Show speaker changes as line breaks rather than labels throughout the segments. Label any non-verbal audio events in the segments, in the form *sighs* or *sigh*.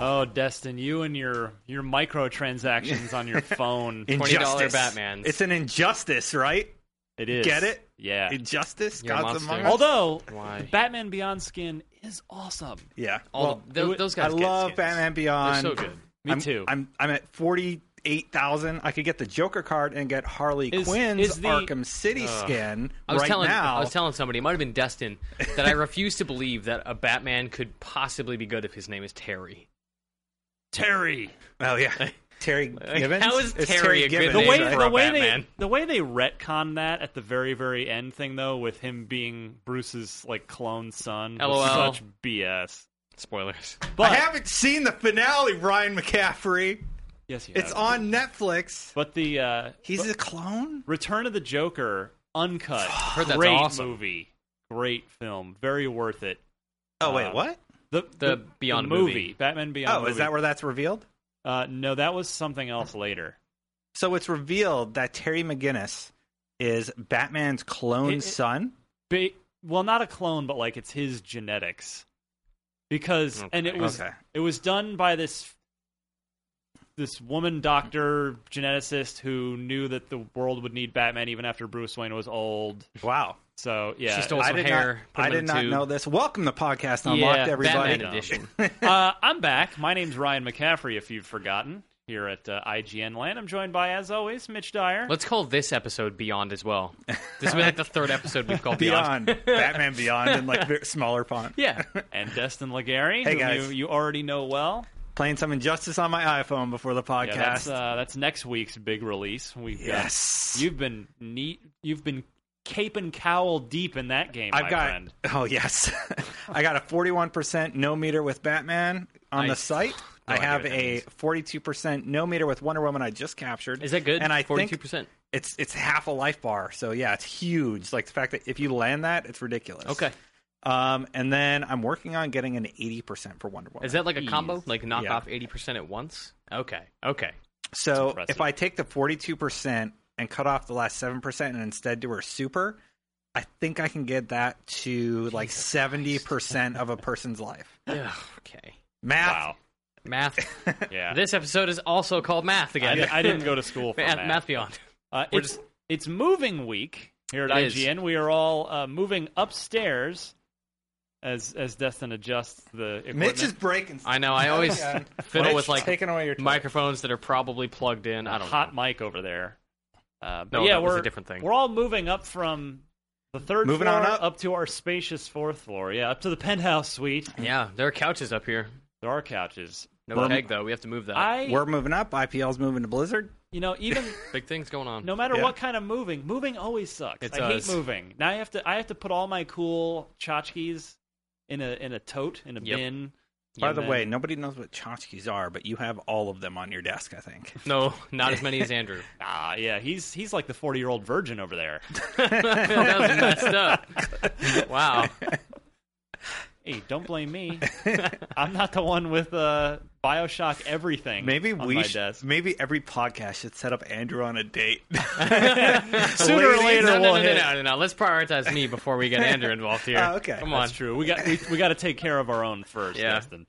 Oh, Destin, you and your your microtransactions on your phone.
Twenty dollar Batman's.
It's an injustice, right?
It is.
Get it?
Yeah.
Injustice.
You're a
Gods
monster.
among us.
Although
Why?
the Batman Beyond skin is awesome.
yeah.
All
Well,
the- tho-
it-
those guys
I
get
love
skins.
Batman Beyond.
They're so good.
Me
I'm,
too.
I'm I'm at forty eight thousand. I could get the Joker card and get Harley
Is-
Quinn's
is the-
Arkham City skin
I was
right
telling
now.
I was telling somebody, it might have been Destin, that I refuse to believe that a Batman could possibly be good if his name is Terry.
Terry.
oh
*laughs*
yeah, Terry Gibbons.
how is
It's
Terry a
Gibbons,
good
The
name
way
for
the
a
way
Batman.
they the way they retcon that at the very very end thing though with him being Bruce's like clone son. was
LOL.
Such BS.
Spoilers.
But
I haven't seen the finale, Ryan McCaffrey.
yes, you
It's
have.
on Netflix.
But the uh,
He's a clone.
Return of the Joker uncut.
heard that's
great
awesome.
movie. Great film. Very worth it.
Oh
Uh,
wait, what?
The
The Beyond
movie.
movie.
Batman Beyond.
Oh, is
movie.
that where that's revealed?
Uh, no, that was something else later.
So it's revealed that Terry McGinnis is Batman's clone
It- it-
son.
Ba- well, not a clone, but like it's his genetics. Because and it was
Okay.
it was done by this this woman doctor geneticist who knew that the world would need Batman even after Bruce Wayne was old.
Wow.
So yeah,
She stole
I
some
did
hair. put
not. I
him in
did
a
not
tube.
know this. Welcome to podcast unlocked,
yeah,
everybody.
Batman edition.
uh, I'm back. My name's Ryan McCaffrey. If you've forgotten, here at uh, IGN Land, I'm joined by, as always, Mitch Dyer.
Let's call this episode Beyond as well. This will be like the third episode we've called Beyond.
Beyond *laughs* Batman Beyond in like
*laughs*
very smaller font.
Yeah.
and Destin Legary,
Hey,
who
guys.
you, you already know well.
Playing some injustice on my iPhone before the podcast.
Yeah, that's uh, that's next week's big release. We've got-
yes.
you've been neat. You've been cape and cowl deep in that game, my
I've got
friend.
*laughs* oh yes, I got a forty-one percent no meter with Batman on the
Nice.
site.
No
I
idea
have
what that
a
means.
forty-two percent no meter with Wonder Woman. I just captured.
Is that good?
And I
forty-two
think
percent.
it's it's half a life bar. So yeah, it's huge. Like the fact that if you land that, it's ridiculous.
Okay.
Um, and then I'm working on getting an eighty percent for Wonder Woman.
Is that like a combo? Like knock
Yeah.
off eighty percent at once? Oh, Okay. Okay.
so
impressive.
if I take the forty-two percent and cut off the last seven percent and instead do her super, I think I can get that to like seventy percent of a person's life.
Yeah. Okay.
Math.
Wow.
Math.
Yeah.
*laughs* This episode is also called Math
I,
again.
di- I
*laughs*
didn't go to school for
math,
that.
math Beyond.
Uh,
We're
it's, it's moving week here at
It is.
IGN. We are all uh, moving upstairs as as Destin adjusts the equipment.
Mitch is breaking.
I know. I always fiddle
Mitch,
with like
taking away your toy.
microphones that are probably plugged in. I don't
hot
know.
mic over there. Uh, but
No,
yeah,
that was
we're
a different thing.
We're all moving up from the third
Moving
floor
on up.
to our spacious fourth floor. Yeah, up to the penthouse suite.
Yeah, there are couches up here.
There are couches.
No
We're-
peg though. We have to move that.
I,
We're moving up. IPL's moving to Blizzard.
you know,
*laughs*
even
Big things going on.
no matter
Yeah.
what kind of moving, moving always sucks.
It
I hate
does.
moving. Now I have to I have to put all my cool tchotchkes in a in a tote in a
Yep.
bin.
By the
man.
way, nobody knows what tchotchkes are, but you have all of them on your desk, I think.
No, not as many as Andrew.
Ah, yeah, he's he's like the forty year old virgin over
*laughs*
there.
that was messed up. Wow.
Hey, don't blame
*laughs*
me. I'm not the one with uh, Bioshock everything.
Maybe
on
we
my
sh-
desk.
maybe every podcast should set up Andrew on a date. *laughs*
sooner or later
no, no,
we'll
no,
hit.
no, no, no, no. Let's prioritize me before we get Andrew involved here.
Oh, okay.
Come on.
That's true. We got we, we got to take care of our own first,
Yeah.
Justin.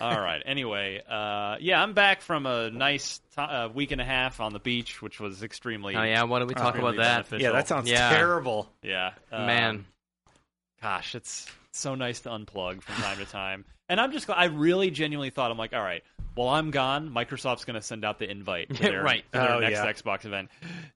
All right. Anyway, uh, yeah, I'm back from a nice to uh, week and a half on the beach, which was extremely.
Oh yeah, why don't we talk
extremely
about that?
beneficial.
yeah, that sounds
Yeah.
terrible.
Yeah, um,
Man.
gosh, it's so nice to unplug from time to time. *laughs* And I'm just, gl- I really genuinely thought, I'm like, all right, while I'm gone, Microsoft's going to send out the invite to their,
Right.
to their
Oh,
next
yeah.
Xbox event.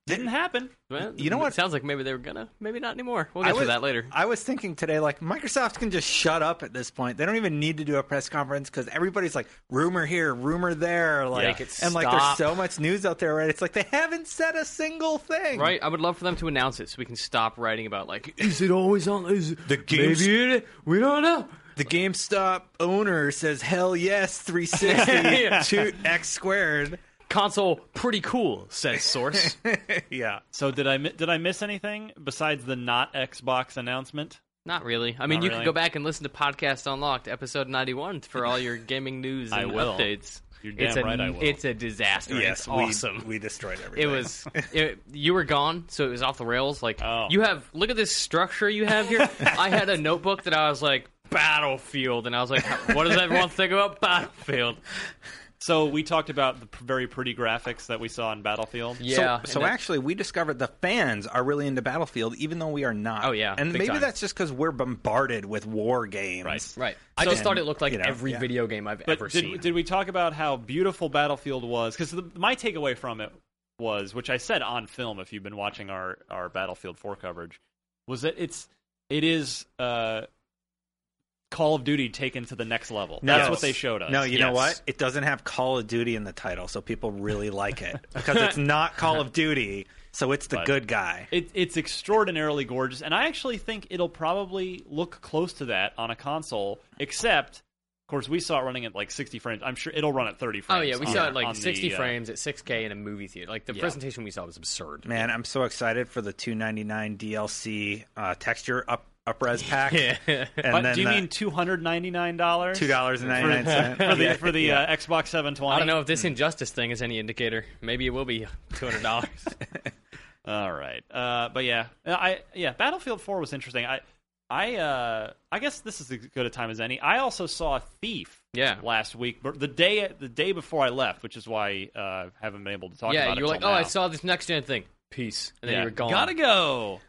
Didn't happen.
Well,
You know
it
what?
Sounds like maybe they were gonna, maybe not anymore. We'll
I
get to
was-
that later.
I was thinking today, like Microsoft can just shut up at this point. They don't even need to do a press conference because everybody's like rumor here, rumor there, like
Make it
and like there's
stop.
so much news out there. Right? It's like they haven't said a single thing.
Right, I would love for them to announce it so we can stop writing about like, *laughs* is it always on? Is it, the Maybe it, we don't know.
The GameStop owner says, "Hell yes,
*laughs*
360 to X squared."
Console pretty cool, says source.
Yeah.
So did I mi- did I miss anything besides the not Xbox announcement?
not really. I mean,
Not
you
really.
can go back and listen to Podcast Unlocked, episode ninety one, for
*laughs*
all your gaming news and
I will.
updates.
You're
it's
damn
a,
right I will.
It's a disaster. and
Yes.
it's
we-
awesome.
We, destroyed
it
everything.
*laughs*
was it, you were gone so it was off the rails like
Oh.
you have look at this structure you
*laughs*
have here i had a notebook that i was like battlefield and i was like what does everyone think about battlefield
So we talked about the p- very pretty graphics that we saw in Battlefield.
So,
yeah
so
and that-
actually, we discovered the fans are really into Battlefield, even though we are not.
Oh, yeah,
and
big
maybe
time.
that's just because we're bombarded with war games.
Right.
right i just thought it looked like
you know,
every
yeah.
video game i've
But
ever
did,
seen
did we talk about how beautiful Battlefield was? Because my takeaway from it was, which I said on film, if you've been watching our, our Battlefield 4 coverage, was that it's it is uh, Call of Duty taken to the next level. That's what they showed us.
No, you know
Yes.
what? It doesn't have Call of Duty in the title, so people really like it *laughs* because it's not Call of Duty, so it's the
But-
good guy.
It, it's extraordinarily gorgeous, and I actually think it'll probably look close to that on a console. Except, of course, we saw it running at like 60 frames. I'm sure it'll run at 30
oh
frames.
yeah we
on-
saw it
on
like
the,
60
uh,
frames at 6k in a movie theater like the
Yeah.
presentation we saw was absurd
Man, I'm so excited for the 2.99 DLC uh, texture up upres pack.
*laughs* yeah
And
But
then
do you
the
mean two hundred ninety nine dollars?
two dollars and ninety nine
for
*laughs*
cents
the for the uh, Xbox Seven Twenty.
I don't know if this injustice thing is any indicator. Maybe it will be two hundred dollars.
All right, uh, but yeah, I yeah, Battlefield Four was interesting. I I uh, I guess this is as good a time as any. I also saw Thief.
Yeah.
last week, but the day the day before I left, which is why uh, I haven't been able to talk.
yeah,
about
you were
it
like,
till
oh, I
now."
saw this next gen thing. Peace, and then
Yeah.
you were gone.
Gotta go.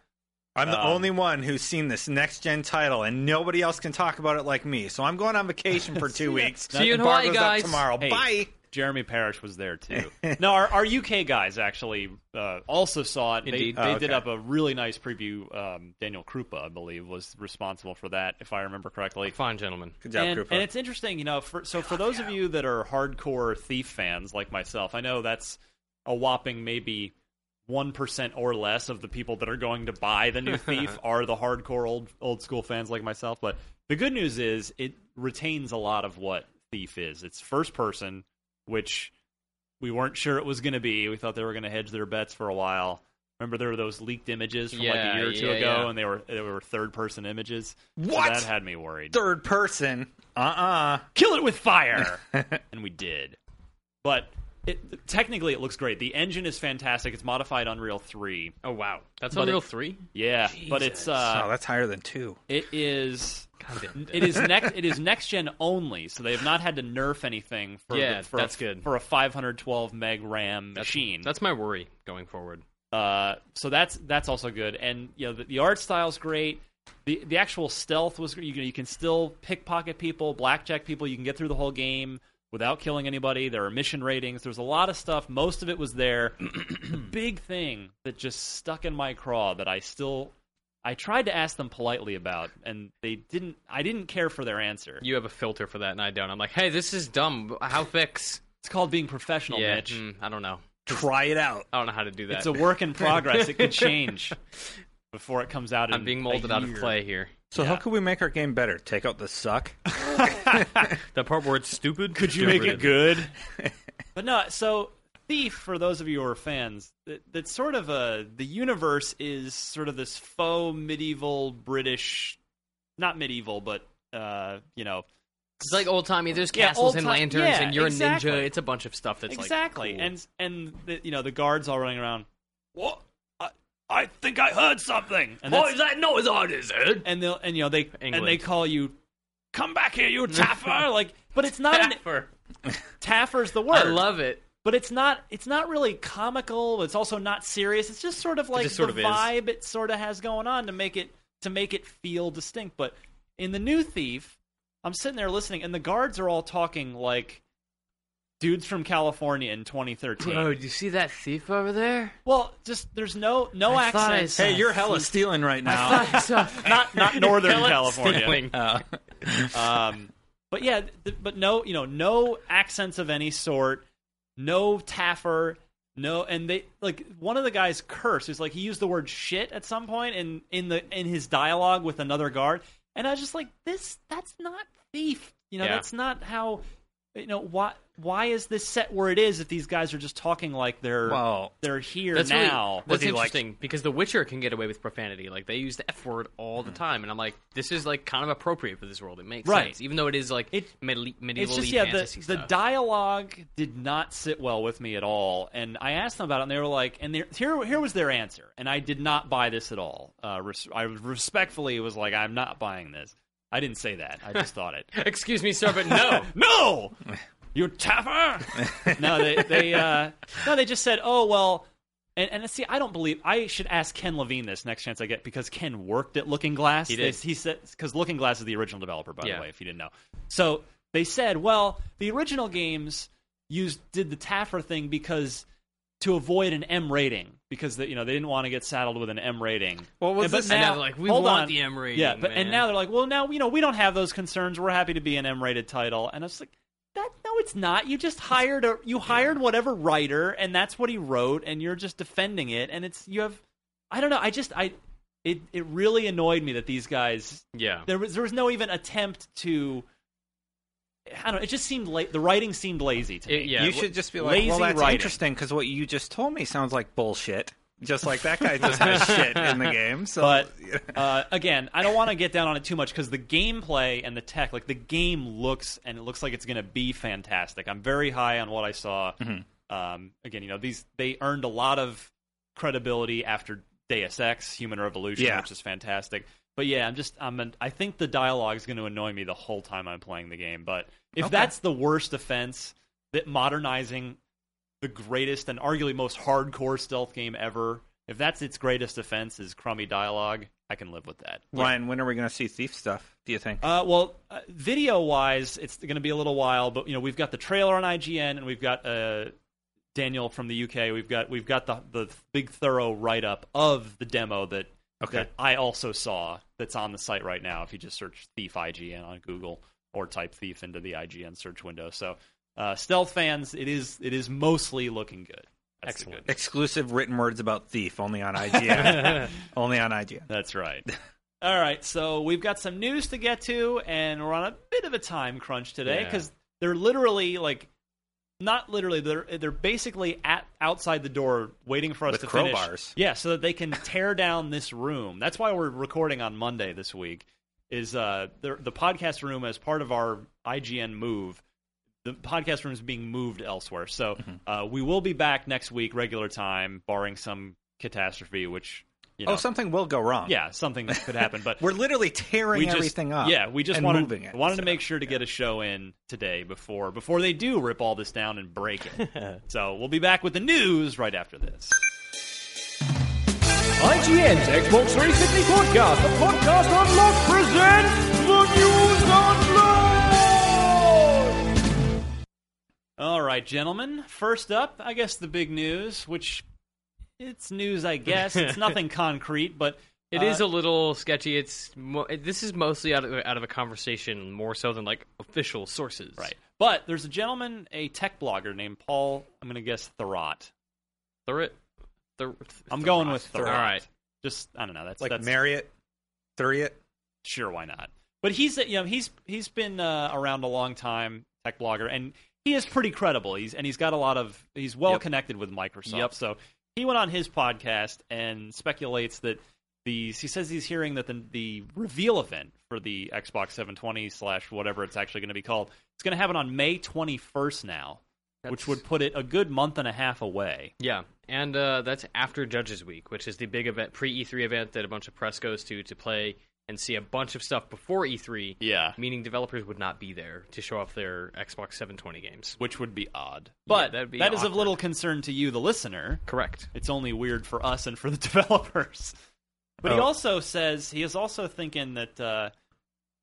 I'm the
Um,
only one who's seen this next gen title, and nobody else can talk about it like me. So I'm going on vacation for *laughs* two weeks.
See you in
Embargo's
Hawaii,
up
guys.
Tomorrow,
Hey,
bye.
Jeremy Parrish was there
*laughs*
too. no, our, our UK guys actually uh, also saw it.
Indeed.
They, they
Oh,
did
okay.
up a really nice preview. Um, Daniel Krupa, I believe, was responsible for that, if I remember correctly.
Fine, gentlemen.
Good job,
and,
Krupa.
and it's interesting, you know. For, so for those of you that are hardcore Thief fans like myself, I know that's a whopping maybe one percent or less of the people that are going to buy the new
*laughs*
Thief are the hardcore old old school fans like myself. But the good news is it retains a lot of what Thief is. It's first person, which we weren't sure it was going to be. We thought they were going to hedge their bets for a while. Remember, there were those leaked images from like
Yeah,
a year or two
yeah,
ago,
yeah.
and they were they were third person images. So
What?
that had me worried
Third person. Uh uh
kill it with
*laughs*
fire and we did but it, technically it looks great the engine is fantastic it's modified unreal 3
Oh wow, that's
But
Unreal
it-
Three.
yeah but it's
oh,
uh
that's higher than two.
it is
Goddamn.
it is next it is next gen only so they have not had to nerf anything for the-
Yeah,
for
that's
a,
good.
for a 512 meg ram machine
That's my worry going forward.
Uh, so that's that's also good, and you know the, the art style's great. The the actual stealth was you can, you can still pickpocket people, blackjack people. You can get through the whole game without killing anybody. There are mission ratings. There's a lot of stuff. Most of it was
*clears throat*
there. the big thing that just stuck in my craw that I still I tried to ask them politely about, and they didn't. I didn't care for their answer.
You have a filter for that, and I don't. I'm like, hey, this is dumb. How fix?
It's called being professional,
*laughs* yeah,
Mitch.
mm, I don't know.
Try it out.
I don't know how to do that. *laughs*
It's a work in progress. it could change before it comes out.
I'm
in
being
a
molded out of
year.
clay here.
So how could we make our game better? Take out the *laughs* suck.
That part where it's stupid.
Could you make it good? *laughs* but no, so Thief, for those of you who are fans, that, that's sort of a the universe is sort of this faux medieval British, not medieval, but uh, you know,
It's like old timey. There's
Yeah,
castles and
old-time-
lanterns,
yeah,
and you're
exactly.
a ninja. It's a bunch of stuff that's
exactly,
like
and and the, you know the guards all running around. What? I, I think I heard something. And that's-
that noise Oh, on his head?
and they'll and you know they and they
England.
call you come back here *laughs* you taffer like but it's not an,
*laughs* Taffer.
taffer's the word
I love it.
but it's not it's not really comical it's also not serious it's just sort of like
just sort
the
of is.
vibe it sort of has going on to make it to make it feel distinct but in the new thief i'm sitting there listening and the guards are all talking like dudes from california in 2013
Bro, do you see that thief over there?
well just there's no no
I thought I
accents
saw-
Hey, you're hella *laughs* stealing right now. *laughs*
not
*laughs*
not *laughs* northern
Hella
california
stealing.
um, but yeah, th- but no, you know, no accents of any sort, no taffer, no, and they like one of the guys cursed. He's like he used the word shit at some point in in the in his dialogue with another guard, and I was just like, this that's not thief. You know,
Yeah.
that's not how. You know why? Why is this set where it is if these guys are just talking like they're
Well,
they're here
That's really-
now?
that's
he like-
interesting because The Witcher can get away with profanity. Like they use the F word all the time, and I'm like, this is like kind of appropriate for this world. It makes
Hmm. Right.
sense, even though it is like
It-
medieval, medieval
it's just yeah the,
fantasy
the
stuff. *laughs*
dialogue did not sit well with me at all and i asked them about it and they were like and they're- here here was their answer and i did not buy this at all uh, res- i respectfully was like i'm not buying this i didn't say that i
*laughs*
just thought it
Excuse me, sir,
*laughs*
but no.
no you tapper *laughs* no they they uh, no they just said oh well and, and see, I don't believe I should ask Ken Levine this next chance I get because Ken worked at Looking Glass. He
did.
he said because Looking Glass is the original developer, by
Yeah.
the way, if you didn't know. So they said, well, the original games used did the Taffer thing because to avoid an M rating because the, you know they didn't want to get saddled with an M rating.
Well, was
And- but
this-
now,
And now they're like, we
hold
want
on.
the M rating,
Yeah, but and
man.
now they're like, well, now you know we don't have those concerns. We're happy to be an M rated title, and I was like. That, no, it's not. You just hired a you hired whatever writer, and that's what he wrote, and you're just defending it. And it's you have, I don't know. I just I, it it really annoyed me that these guys
yeah,
there was there was no even attempt to. I don't. know. It just seemed la- the writing seemed lazy to me.
It- yeah.
you
wh-
should just be like,
lazy
well, that's
writing.
interesting because what you just told me sounds like bullshit. Just like that guy *laughs* just has shit in the game. So,
But uh, again, I don't want to get down on it too much because the gameplay and the tech, like the game looks and it looks like it's going to be fantastic. I'm very high on what I saw.
Mm-hmm.
Um, again, you know these they earned a lot of credibility after Deus Ex, Human Revolution,
Yeah.
which is fantastic. But yeah, I'm just I'm an, I think the dialogue is going to annoy me the whole time I'm playing the game. But if that's the worst offense, that modernizing the greatest and arguably most hardcore stealth game ever. If that's its greatest offense is crummy dialogue, I can live with that.
Ryan, when are we going to see thief stuff? Do you think?
Uh, well, uh, video wise, it's going to be a little while, but you know we've got the trailer on IGN, and we've got uh, Daniel from the UK. We've got we've got the the big thorough write up of the demo that
Okay.
that I also saw that's on the site right now. If you just search Thief IGN on Google or type Thief into the IGN search window, so uh, stealth fans, it is it is mostly looking good. That's the
Excellent.
good-
Exclusive written words about thief only on IGN. *laughs* only on IGN.
That's right. *laughs* All right, so we've got some news to get to, and we're on a bit of a time crunch today
Yeah.
because they're literally like, not literally, they're they're basically at outside the door waiting for us
With
to
crowbars.
finish. Yeah, so that they can tear down this room. That's why we're recording on Monday this week. Is uh the the podcast room as part of our IGN move the podcast room is being moved elsewhere. So
Mm-hmm.
uh, we will be back next week, regular time, barring some catastrophe, which you know,
Oh, something will go wrong.
yeah, something could happen. But
*laughs* We're literally tearing
we just,
everything up.
Yeah, we just
and
wanted
moving it.
wanted
so.
to make sure to get a show in today before before they do rip all this down and break it. so we'll be back with the news right after this.
IGN's Xbox 360 podcast, the podcast unlocked, presents the news unlocked.
All right, gentlemen. First up, I guess the big news, which it's news, I guess. it's nothing concrete, but
It
uh,
is a little sketchy. It's mo- this is mostly out of out of a conversation more so than like official sources.
Right. But there's a gentleman, a tech blogger named Paul, I'm going to guess Thorat.
Thur- Thur-
I'm going with Thorat.
All right.
Just, I don't know. That's
like
that's,
marry it, three it.
sure why not but he's you know he's he's been uh, around a long time tech blogger and he is pretty credible he's and he's got a lot of he's well
Yep.
connected with microsoft
Yep.
so he went on his podcast and speculates that these he says he's hearing that the, the reveal event for the xbox 720 slash whatever it's actually going to be called it's going to happen on may 21st now which
That's-
would put it a good month and a half away
Yeah, and uh, that's after Judges Week, which is the big event, pre E3 event that a bunch of press goes to to play and see a bunch of stuff before E3.
Yeah.
meaning developers would not be there to show off their Xbox 720 games.
which would be odd but
that'd be
that is of
awkward.
little concern to you the listener
Correct.
It's only weird for us and for the *laughs* developers. But he
Oh.
also says he is also thinking that uh,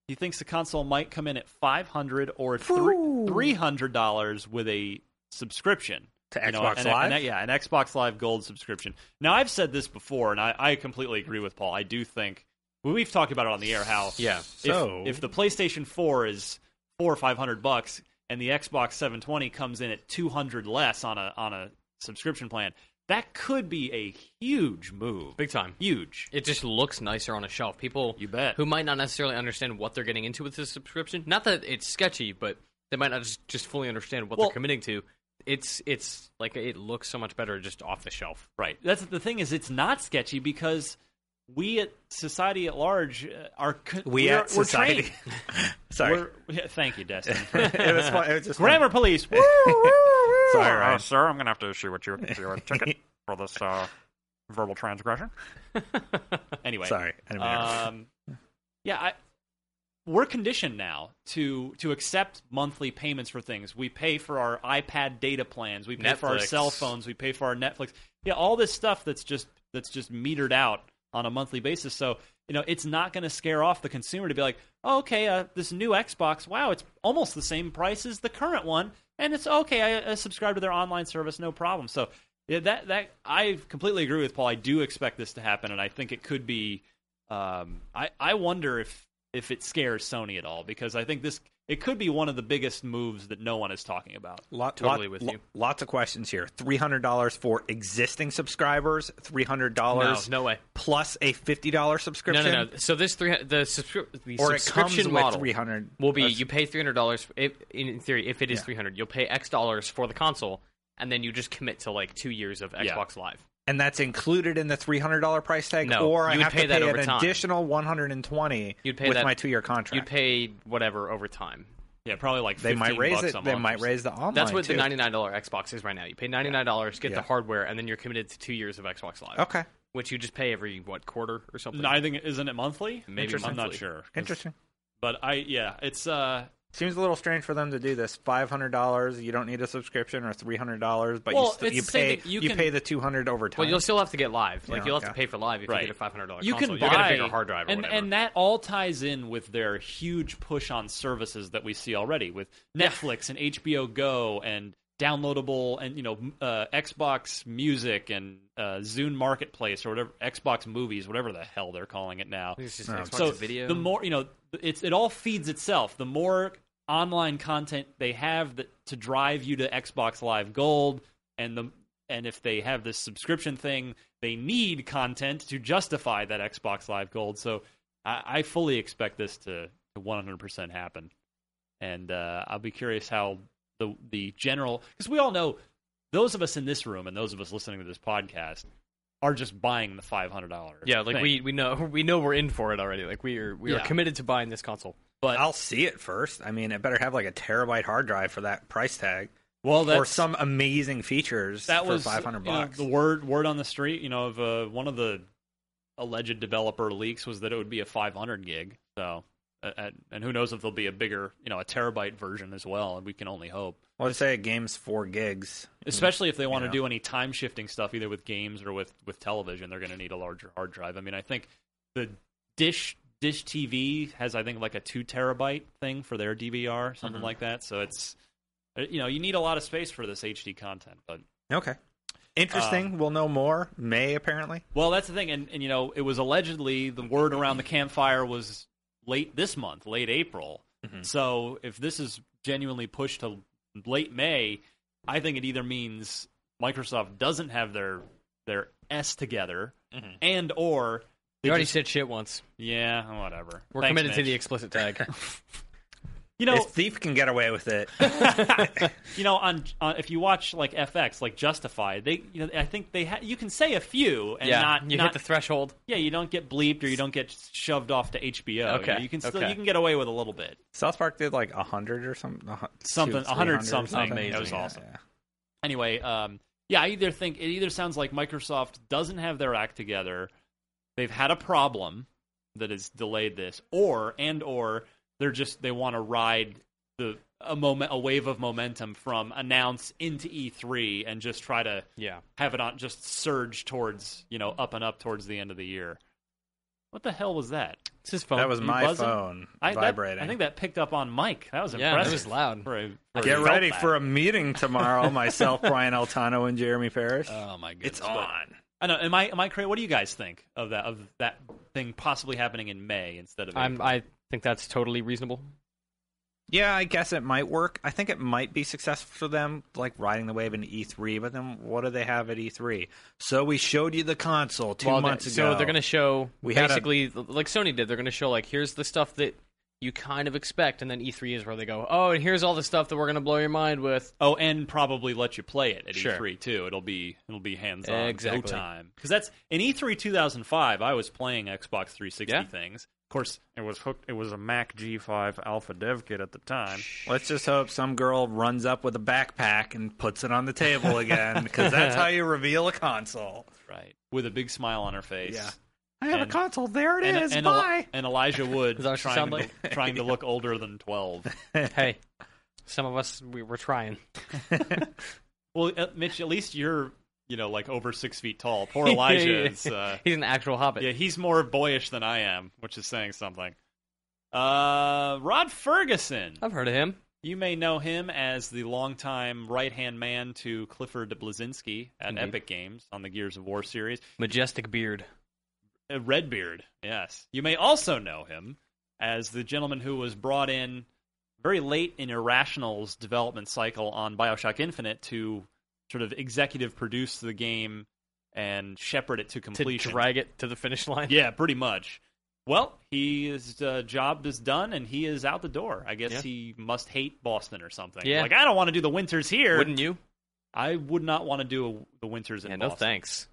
he thinks the console might come in at five hundred or three hundred dollars with a subscription
To
You know,
Xbox
an-
Live?
an- yeah, an Xbox Live Gold subscription. Now I've said this before, and I, I completely agree with Paul. I do think well, we've talked about it on the air how
Yeah.
if,
So-
if the PlayStation 4 is four or five hundred bucks, and the Xbox 720 comes in at two hundred less on a on a subscription plan, that could be a huge move,
Big time.
huge.
It just looks nicer on a shelf. People
You bet.
who might not necessarily understand what they're getting into with this subscription. Not that it's sketchy, but they might not just, just fully understand what
Well-
they're committing to. It's it's like it looks so much better just off the shelf.
Right. That's the thing is it's not sketchy because we at society at large uh, are co-
We
we're,
at society. *laughs*
We're trained.
Sorry,
We're- yeah, thank you, Destin. for-
*laughs* it was fun. It was just fun.
Grammar police.
*laughs*
Woo!
Sorry, Ryan.
Uh, sir, I'm going to have to issue what you you a ticket *laughs* for this uh, verbal transgression.
anyway,
Sorry, I didn't mean to
Uh,
interrupt.
Um, yeah, I, we're conditioned now to to accept monthly payments for things. We pay for our iPad data plans. We pay for our
Netflix.
cell phones. We pay for our Netflix. Yeah, all this stuff that's just that's just metered out on a monthly basis. So you know, it's not going to scare off the consumer to be like, oh, okay, uh, this new Xbox. Wow, it's almost the same price as the current one, and it's okay. I, I subscribe to their online service, no problem. So. Yeah, that that I completely agree with Paul. I do expect this to happen, and I think it could be um, I I wonder if if it scares Sony at all because I think this it could be one of the biggest moves that no one is talking about.
Lot,
Totally
lot-
with
lo-
you.
Lots of questions here. Three hundred dollars for existing subscribers. Three hundred dollars.
No, no way.
Plus a fifty dollars
No,
subscription.
no, no. So this three the, subscri- the
Or it comes
subscription
with
model
300
will be
or
you pay three hundred dollars in theory if it is
Yeah.
three hundred you'll pay X dollars for the console and then you just commit to like two years of
Yeah.
Xbox Live.
And that's included in the three hundred dollar price tag.
No,
or I
you would
have
pay
to
that
pay
over
an
time.
additional one hundred and twenty.
You'd pay
with
that-
my two year contract.
You'd pay whatever over time.
Yeah, probably like
They might
15
raise
bucks
it.
a
They
month
might
or
raise the online.
That's what
too.
the ninety nine dollar Xbox is right now. You pay ninety nine dollars, get
Yeah.
the hardware, and then you're committed to two years of Xbox Live.
Okay.
Which you just pay every what quarter or
something.
something.
No, I think isn't it monthly?
Maybe
I'm not
monthly.
sure.
Interesting.
But I yeah, it's uh
Seems a little strange for them to do this. Five hundred dollars. You don't need a subscription, or three hundred dollars, but
Well,
you, st-
it's
you
the same
pay
thing. You can-
pay the two hundred over time.
well, you'll still have to get live. Like
Yeah,
you'll have
yeah.
to pay for live if
Right.
you get a five hundred dollar.
you
console.
can
You'll get
buy
a bigger hard drive or
and
whatever.
and that all ties in with their huge push on services that we see already with Netflix and HBO Go and downloadable and you know m- uh, Xbox Music and uh, Zune Marketplace or whatever Xbox Movies whatever the hell they're calling it now.
it's just
No.
Xbox
so
video.
the more you know it's it all feeds itself the more online content they have that to drive you to xbox live gold and the and if they have this subscription thing they need content to justify that xbox live gold so i, I fully expect this to, to 100% happen and uh, i'll be curious how the the general because we all know those of us in this room and those of us listening to this podcast are just buying the five hundred dollars.
yeah, like we, we know *laughs* we know we're in for it already. Like we are we
Yeah.
are committed to buying this console.
but
I'll see it first. I mean, it better have like a terabyte hard drive for that price tag,
well,
or
that's-
some amazing features
that
for
was
five hundred
you know,
bucks.
the word word on the street, you know, of uh, one of the alleged developer leaks was that it would be a 500 gig. So, uh, uh, and who knows if there'll be a bigger, you know, a terabyte version as well. And we can only hope,
Let's say a game's four gigs.
especially if they want
Hmm. Yeah.
to do any time shifting stuff, either with games or with with television. They're going to need a larger hard drive. I mean, I think the dish dish TV has, I think, like a two terabyte thing for their DVR, something
Mm-hmm.
like that. So it's uh, you know, you need a lot of space for this HD content, but
Okay. Uh, Interesting. we'll know more May apparently.
Well, that's the thing, and, and you know, it was allegedly the word around the campfire was late this month, late April.
Mm-hmm.
So if this is genuinely pushed to late May, I think it either means
Mm-hmm.
Microsoft doesn't have their their S together, and or
You already
just-
said shit once.
Yeah, whatever.
We're
Thanks,
committed to the
Mitch.
explicit *laughs* tag.
You know,
If Thief can get away
*laughs*
with it,
you know, on, on if you watch like FX, like Justified, they, you know, I think they ha- you can say a few and
yeah,
not
you
not
hit the threshold.
yeah, you don't get bleeped or you don't get shoved off to HBO. You know,
Okay,
you can still
okay.
you can get away with a little bit.
South Park did like a hundred or something. a hu-
Something-
two,
a hundred
300 or
something.
That was
Yeah,
awesome.
yeah.
anyway, um, yeah, I either think it either sounds like Microsoft doesn't have their act together, they've had a problem that has delayed this, or and or they're just they want to ride the a moment a wave of momentum from announce into E3 and just try to
Yeah.
have it on just surge towards you know up and up towards the end of the year. What the hell was that?
It's his phone.
That was
You
my
buzzing?
phone
I, that-
vibrating.
I think that picked up on Mike. That was
Yeah,
impressive.
that was loud.
For a- for a
Get
felt
ready
back.
for *laughs* a meeting tomorrow. myself, Brian Altano, and Jeremy Parrish.
Oh my goodness!
it's
but-
on.
I know. Am I am I crazy? What do you guys think of that of that thing possibly happening in May instead of
I'm,
April?
I think that's totally reasonable.
Yeah, I guess it might work. I think it might be successful for them, like riding the wave into E3. But then, what do they have at E3? So we showed you the console two
Well, they-
months
So
ago.
they're going to show
We had a-
basically like Sony did. They're going to show like here's the stuff that you kind of expect, and then E3 is where they go. Oh, and here's all the stuff that we're going to blow your mind with.
Oh, and probably let you play it at
Sure.
E3 too. It'll be it'll be hands on,
Exactly.
no time. Because that's in E E3 2005. I was playing Xbox 360
Yeah.
things. Of course,
It was hooked. It was a Mac G5 Alpha Dev Kit at the time.
Let's just hope some girl runs up with a backpack and puts it on the table again, because that's how you reveal a console.
right, with a big smile on her face.
Yeah. I have
And-
a console. There it is.
And, and, Eli-
Bye.
and Elijah Wood
Is that what she
trying,
sound
to,
like? *laughs*
trying to look older than 12.
*laughs* hey, some of us we were trying.
Well, uh, Mitch, at least you're, you know, like over six feet tall.
*laughs*
Poor Elijah is. Uh,
He's an actual hobbit.
Yeah, he's more boyish than I am, which is saying something. Uh, Rod Ferguson.
I've heard of him.
You may know him as the longtime right hand man to Clifford Blazinski at
Indeed.
Epic Games on the Gears of War series.
Majestic beard.
Uh, Redbeard, yes. You may also know him as the gentleman who was brought in very late in Irrational's development cycle on Bioshock Infinite to sort of executive produce the game and shepherd it to
To
completion.
drag it to the finish line.
*laughs* Yeah, pretty much. Well, his uh, job is done and he is out the door. I guess
Yeah.
he must hate Boston or something.
Yeah.
Like, I don't want to do the winters here.
*laughs* Wouldn't you?
I would not want to do the winters in
Yeah, no
Boston.
thanks.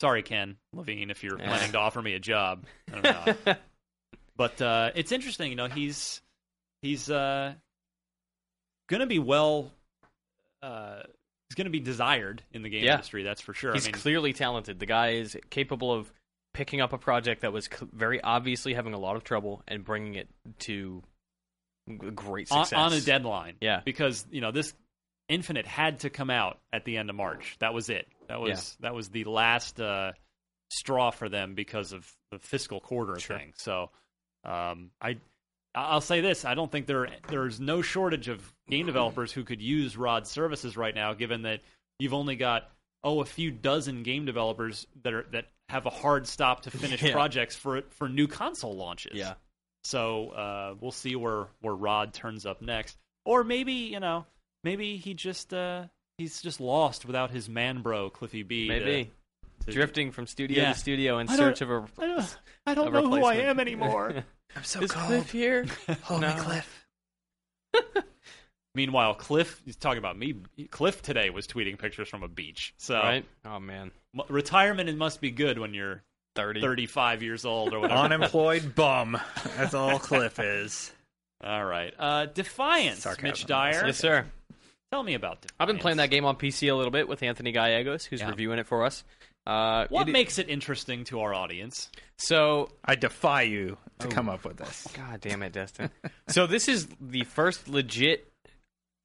Sorry, Ken Levine, if you're
Yeah.
planning to offer me a job. I don't know.
*laughs*
but uh, it's interesting, you know, he's he's uh, going to be well. Uh, he's going to be desired in the game
Yeah.
industry, that's for sure.
He's
I mean,
clearly talented. The guy is capable of picking up a project that was cl- very obviously having a lot of trouble and bringing it to g- great
on,
success
on a deadline.
Yeah.
because you know this Infinite had to come out at the end of March. That was it. That was that was the last uh, straw for them because of the fiscal quarter
Sure.
thing. So um, I. I'll say this: I don't think there there's no shortage of game developers who could use Rod's services right now, given that you've only got oh a few dozen game developers that are that have a hard stop to finish
*laughs* Yeah.
projects for for new console launches.
Yeah.
So uh, we'll see where where Rod turns up next, or maybe you know maybe he just uh, he's just lost without his man bro Cliffy B. to-
Maybe
to-
drifting from studio
Yeah.
to studio in
I
search of
don't-
a.
I don't, I
a
don't know who I
replacement.
am
*laughs*
anymore.
I'm so
Is
*laughs*
Cliff here?
Hold
me,
me,
No.
Cliff.
Meanwhile, Cliff he's talking about me. Cliff today was tweeting pictures from a beach. So
Right? Oh man,
m- retirement it must be good when you're
thirty.
35 years
*laughs*
old or whatever.
Unemployed bum. That's all Cliff is.
All right, uh, Defiance,
Sarcasm.
Mitch Dyer.
Yes, sir.
Tell me about Defiance.
I've been playing that game on PC a little bit with Anthony Gallegos, who's
Yeah.
reviewing it for us. Uh,
What
it-
makes it interesting to our audience?
so
I defy you to come up with this.
God damn it, Destin. so this is the first legit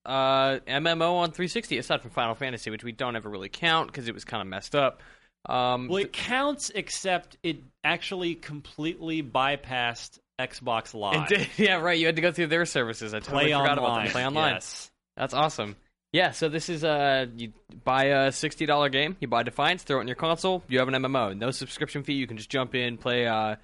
uh, MMO on 360, aside from Final Fantasy, which we don't ever really count because it was kind of messed up. Um, *laughs*
Well, it counts, except it actually completely bypassed Xbox Live.
it did- yeah, right. You had to go through their services. I
*laughs*
totally
Play online.
forgot about them. Play online.
Yes.
That's awesome. Yeah, so this is uh you buy a sixty dollar game, you buy Defiance, throw it in your console, you have an MMO. No subscription fee, you can just jump in, play uh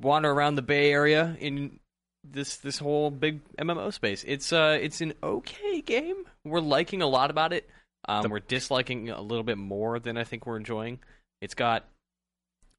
wander around the Bay Area in this this whole big MMO space. It's uh it's an okay game. We're liking a lot about it. Um, we're disliking a little bit more than I think we're enjoying. It's got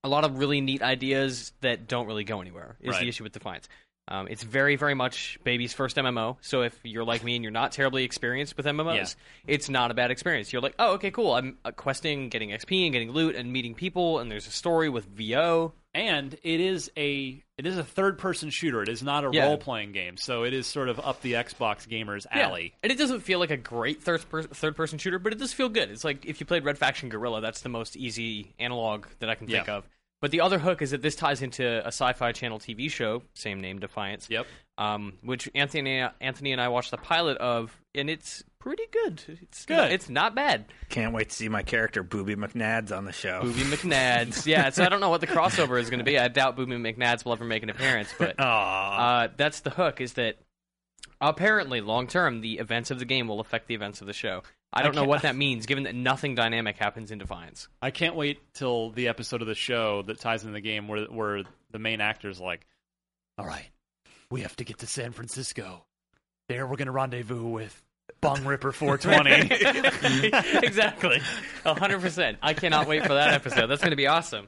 a lot of really neat ideas that don't really go anywhere is
Right.
the issue with Defiance. Um, it's very, very much baby's first MMO. So if you're like me and you're not terribly experienced with MMOs, it's not a bad experience. You're like, oh, okay, cool. I'm uh, questing, getting XP, and getting loot, and meeting people, and there's a story with VO.
and it is a it is a third person shooter. It is not a
Yeah.
role playing game, so it is sort of up the Xbox gamers
Yeah.
alley.
And it doesn't feel like a great third per- third person shooter, but it does feel good. It's like if you played Red Faction Guerrilla, that's the most easy analog that I can think
Yeah.
of. But the other hook is that this ties into a sci-fi channel TV show, same name, Defiance.
Yep.
Um, which Anthony Anthony and I watched the pilot of, and it's pretty good. It's
Good.
Not, it's not bad.
Can't wait to see my character Booby McNads on the show.
Booby McNads. yeah. So I don't know what the crossover is going to be. I doubt Booby McNads will ever make an appearance, but
Aw.
uh, that's the hook is that apparently long term the events of the game will affect the events of the show i don't know what that means given that nothing dynamic happens in defiance *laughs*
I can't wait till the episode of the show that ties into the game where where the main actor's
*laughs*
like, "All right, we have to get to San Francisco. There, we're gonna rendezvous with Bung Ripper 420."
exactly 100% i cannot wait for that episode that's going to be awesome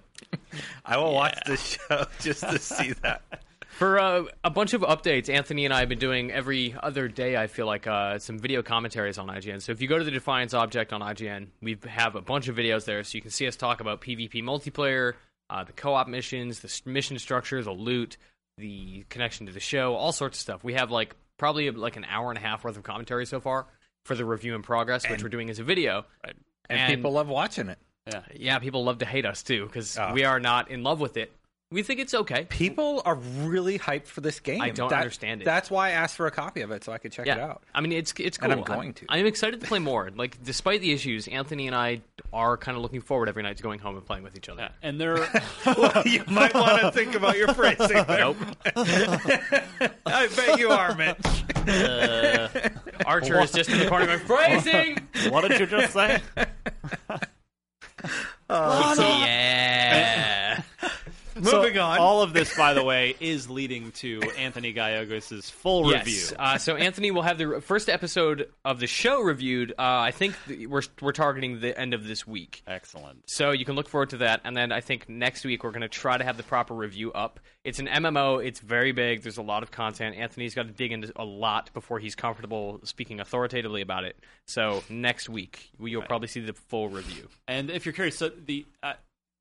I will watch the show *laughs* just to see that.
For uh, a bunch of updates, Anthony and I have been doing every other day. I feel like uh, some video commentaries on IGN. So if you go to the Defiance Object on IGN, we have a bunch of videos there, so you can see us talk about PvP multiplayer, uh, the co-op missions, the s- mission structure, the loot, the connection to the show, all sorts of stuff. We have like probably like an hour and a half worth of commentary so far for the review in progress, which we're doing as a video. Right.
*laughs* And, people love watching it.
yeah, people love to hate us too because we are not in love with it. We think it's okay.
People are really hyped for this game.
I don't understand it.
That's why I asked for a copy of it so I could check it *laughs* out.
I mean, it's it's cool.
And I'm going to.
I'm excited to play more. Like, despite the issues, Anthony and I are kind of looking forward every night to going home and playing with each other.
and
*laughs*
they're
you might want to think about your *laughs* phrasing. there.
Nope.
I bet you are,
*laughs*
man.
Uh,
*laughs*
Archer is just in the corner going, phrasing!
What did
*laughs*
you just say?
*laughs*
yeah.
Moving on.
all of this, by the way, is leading to Anthony Gallegos' full
Yes.
review.
Uh, so Anthony will have the re- first episode of the show reviewed. Uh, I think th- we're we're targeting the end of this week.
Excellent.
So you can look forward to that. And then I think next week we're going to try to have the proper review up. It's an MMO. It's very big. There's a lot of content. Anthony's got to dig into a lot before he's comfortable speaking authoritatively about it. So next week we- you'll probably see the full review.
And if you're curious, so the uh,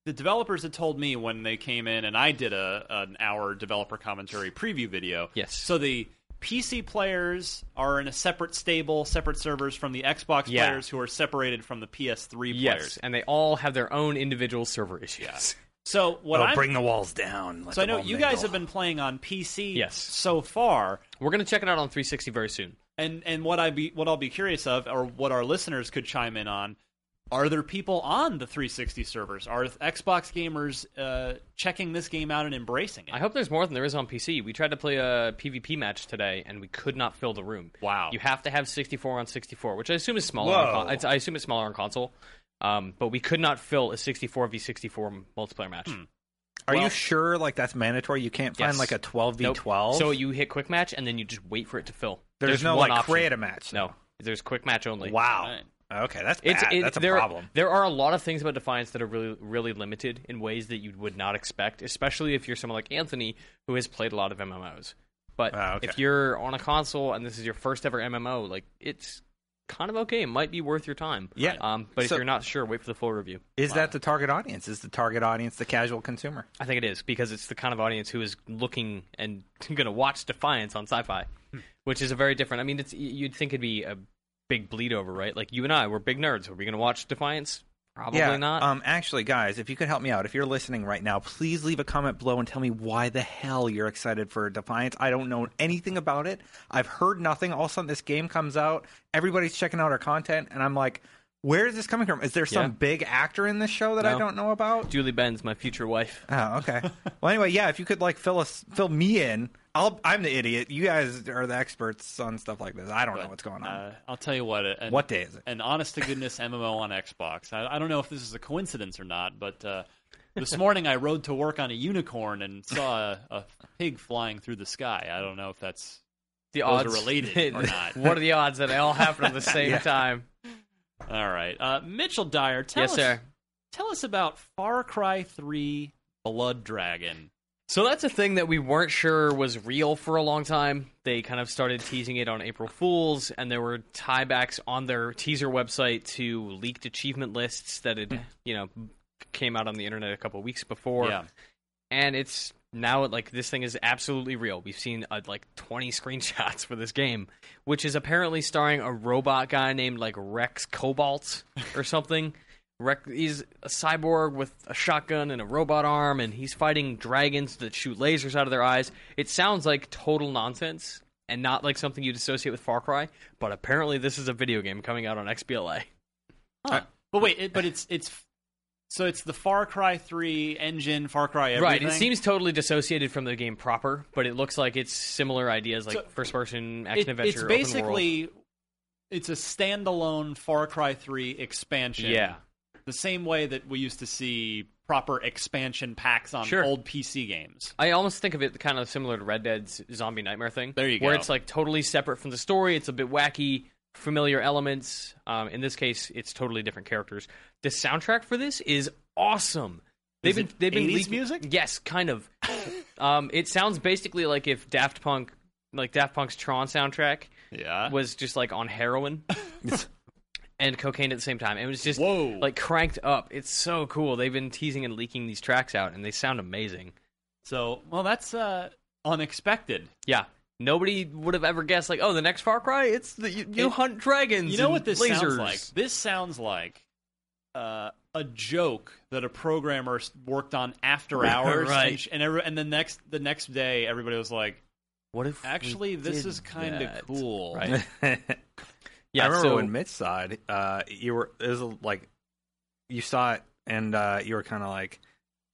the developers had told me when they came in, and I did a an hour developer commentary preview video.
Yes.
So the PC players are in a separate stable, separate servers from the Xbox
Yeah.
players, who are separated from the PS3 players.
and they all have their own individual server issues.
So what
Oh,
I'm
bring the walls down. Let
so I
them
know
all
you guys
mingle.
have been playing on PC
Yes.
so far.
We're going to check it out on 360 very soon.
And and what I be what I'll be curious of, or what our listeners could chime in on, are there people on the 360 servers? Are Xbox gamers uh, checking this game out and embracing it?
I hope there's more than there is on PC. We tried to play a PvP match today, and we could not fill the room.
Wow.
You have to have 64 on 64, which I assume is smaller.
Whoa.
On con- it's- I assume it's smaller on console. Um, but we could not fill a 64 v 64 multiplayer match.
Hmm. Are
well-
you sure? Like that's mandatory. You can't find
Yes.
like a twelve v
Nope.
twelve.
So you hit quick match, and then you just wait for it to fill.
there's, no
one
like
option.
create a match.
No, there's quick match only.
Wow. Okay, that's bad.
It's it-
that's a
there,
problem.
There are a lot of things about Defiance that are really, really limited in ways that you would not expect, especially if you're someone like Anthony who has played a lot of MMOs. But
Ah, okay.
if you're on a console and this is your first ever MMO, like it's kind of okay. It might be worth your time.
Yeah.
Um, but if
So-
you're not sure, wait for the full review.
Is that the target audience? Is the target audience the casual consumer?
I think it is because it's the kind of audience who is looking and *laughs* going to watch Defiance on Sci-Fi,
Hmm.
which is a very different. I mean, it's you'd think it'd be a big bleed over, right? Like you and I, we're big nerds. Are we going to watch Defiance? Probably
yeah.
not.
Um. Actually, guys, if you could help me out, if you're listening right now, please leave a comment below and tell me why the hell you're excited for Defiance. I don't know anything about it. I've heard nothing. All of a sudden, this game comes out. Everybody's checking out our content, and I'm like, where is this coming from? Is there some
Yeah.
big actor in this show that I
No.
don't know about?
Julie Benz, my future wife.
Oh, okay. well, anyway, yeah. If you could like fill us, fill me in. I'll, I'm the idiot. You guys are the experts on stuff like this. I don't know what's going on.
Uh, I'll tell you what. An,
What day is it?
An honest to goodness *laughs* MMO on Xbox. I, I don't know if this is a coincidence or not, but uh, this morning I rode to work on a unicorn and saw a, a pig flying through the sky. I don't know if that's
The
Those
odds
are
*laughs*
related or not.
what are the odds that they all
*laughs*
happen at the same time?
all right. Uh, Mitchell Dyer, tell
yes,
us
sir.
tell us about Far Cry Three blood dragon.
So that's a thing that we weren't sure was real for a long time. They kind of started teasing it on April Fools, and there were tiebacks on their teaser website to leaked achievement lists that
Hmm.
had, you know, came out on the internet a couple weeks before.
Yeah.
And it's now like this thing is absolutely real. We've seen uh, like 20 *laughs* screenshots for this game, which is apparently starring a robot guy named like Rex Cobalt or something. Rec- he's a cyborg with a shotgun and a robot arm, and he's fighting dragons that shoot lasers out of their eyes. It sounds like total nonsense and not like something you'd associate with Far Cry, but apparently this is a video game coming out on XBLA.
Huh. but wait, it, but it's it's so it's the Far Cry Three engine, Far Cry
Right,
everything.
it seems totally dissociated from the game proper, but it looks like it's similar ideas like
So-
first person
It-
action adventure.
It's
open world.
basically it's a standalone Far Cry Three expansion.
yeah,
the same way that we used to see proper expansion packs on
Sure.
old PC games.
I almost think of it kind of similar to Red Dead's zombie nightmare thing.
There you
Where
go.
it's like totally separate from the story. It's a bit wacky, familiar elements. Um, in this case, it's totally different characters. The soundtrack for this is awesome. They've
Is
been
it
they've been
80s
leak-
music?
Yes, kind of. *laughs* um, it sounds basically like if Daft Punk, like Daft Punk's Tron soundtrack,
Yeah.
was just like
*laughs*
on heroin and cocaine at the same time. It was just
Whoa.
like cranked up. It's so cool. They've been teasing and leaking these tracks out, and they sound amazing.
So, well, that's uh, unexpected.
Yeah. Nobody would have ever guessed, like, oh, the next Far Cry, it's the you, you
It-
hunt dragons.
You know
and
what this
lasers.
sounds like? This sounds like uh, a joke that a programmer s- worked on after hours,
*laughs* Right.
And, sh- and, every- and the next the next day, everybody was like,
What if we
"Actually, this
did
is kind
that?
of cool."
uh, Right.
*laughs* Yeah,
Yeah,
I remember
so-
when Mitch saw it. Uh, you were it was like, you saw it, and uh, you were kind of like,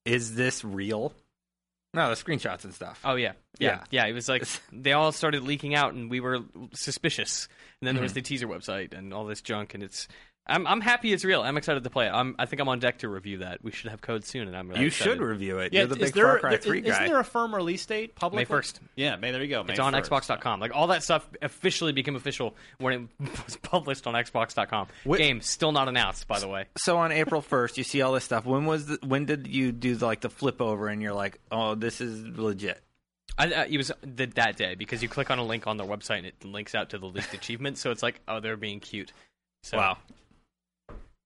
"Is this real?" No, the screenshots and stuff.
Oh yeah. yeah, yeah, It
*laughs*
was like they all started leaking out, and we were suspicious. And then there
Mm-hmm.
was the teaser website and all this junk, and it's. I'm I'm happy it's real. I'm excited to play it. I'm I think I'm on deck to review that. We should have code soon, and I'm really
you
excited.
should review it.
Yeah,
You're the
is
big
there,
Far Cry
there-
Three
isn't
guy.
there a firm release date publicly?
1st.
Yeah, May. There you go. May
It's on
1st.
Xbox.com. Like all that stuff officially became official when it *laughs* was published on Xbox.com.
Wh-
Game still not announced, by the way.
so on April first, you see all this stuff. When was the, when did you do the, like the flip over and you're like, "Oh, this is legit."
I, I, it was the, that day because you click on a link on their website and it links out to the leaked achievement. So it's like, oh, they're being cute. So,
Wow.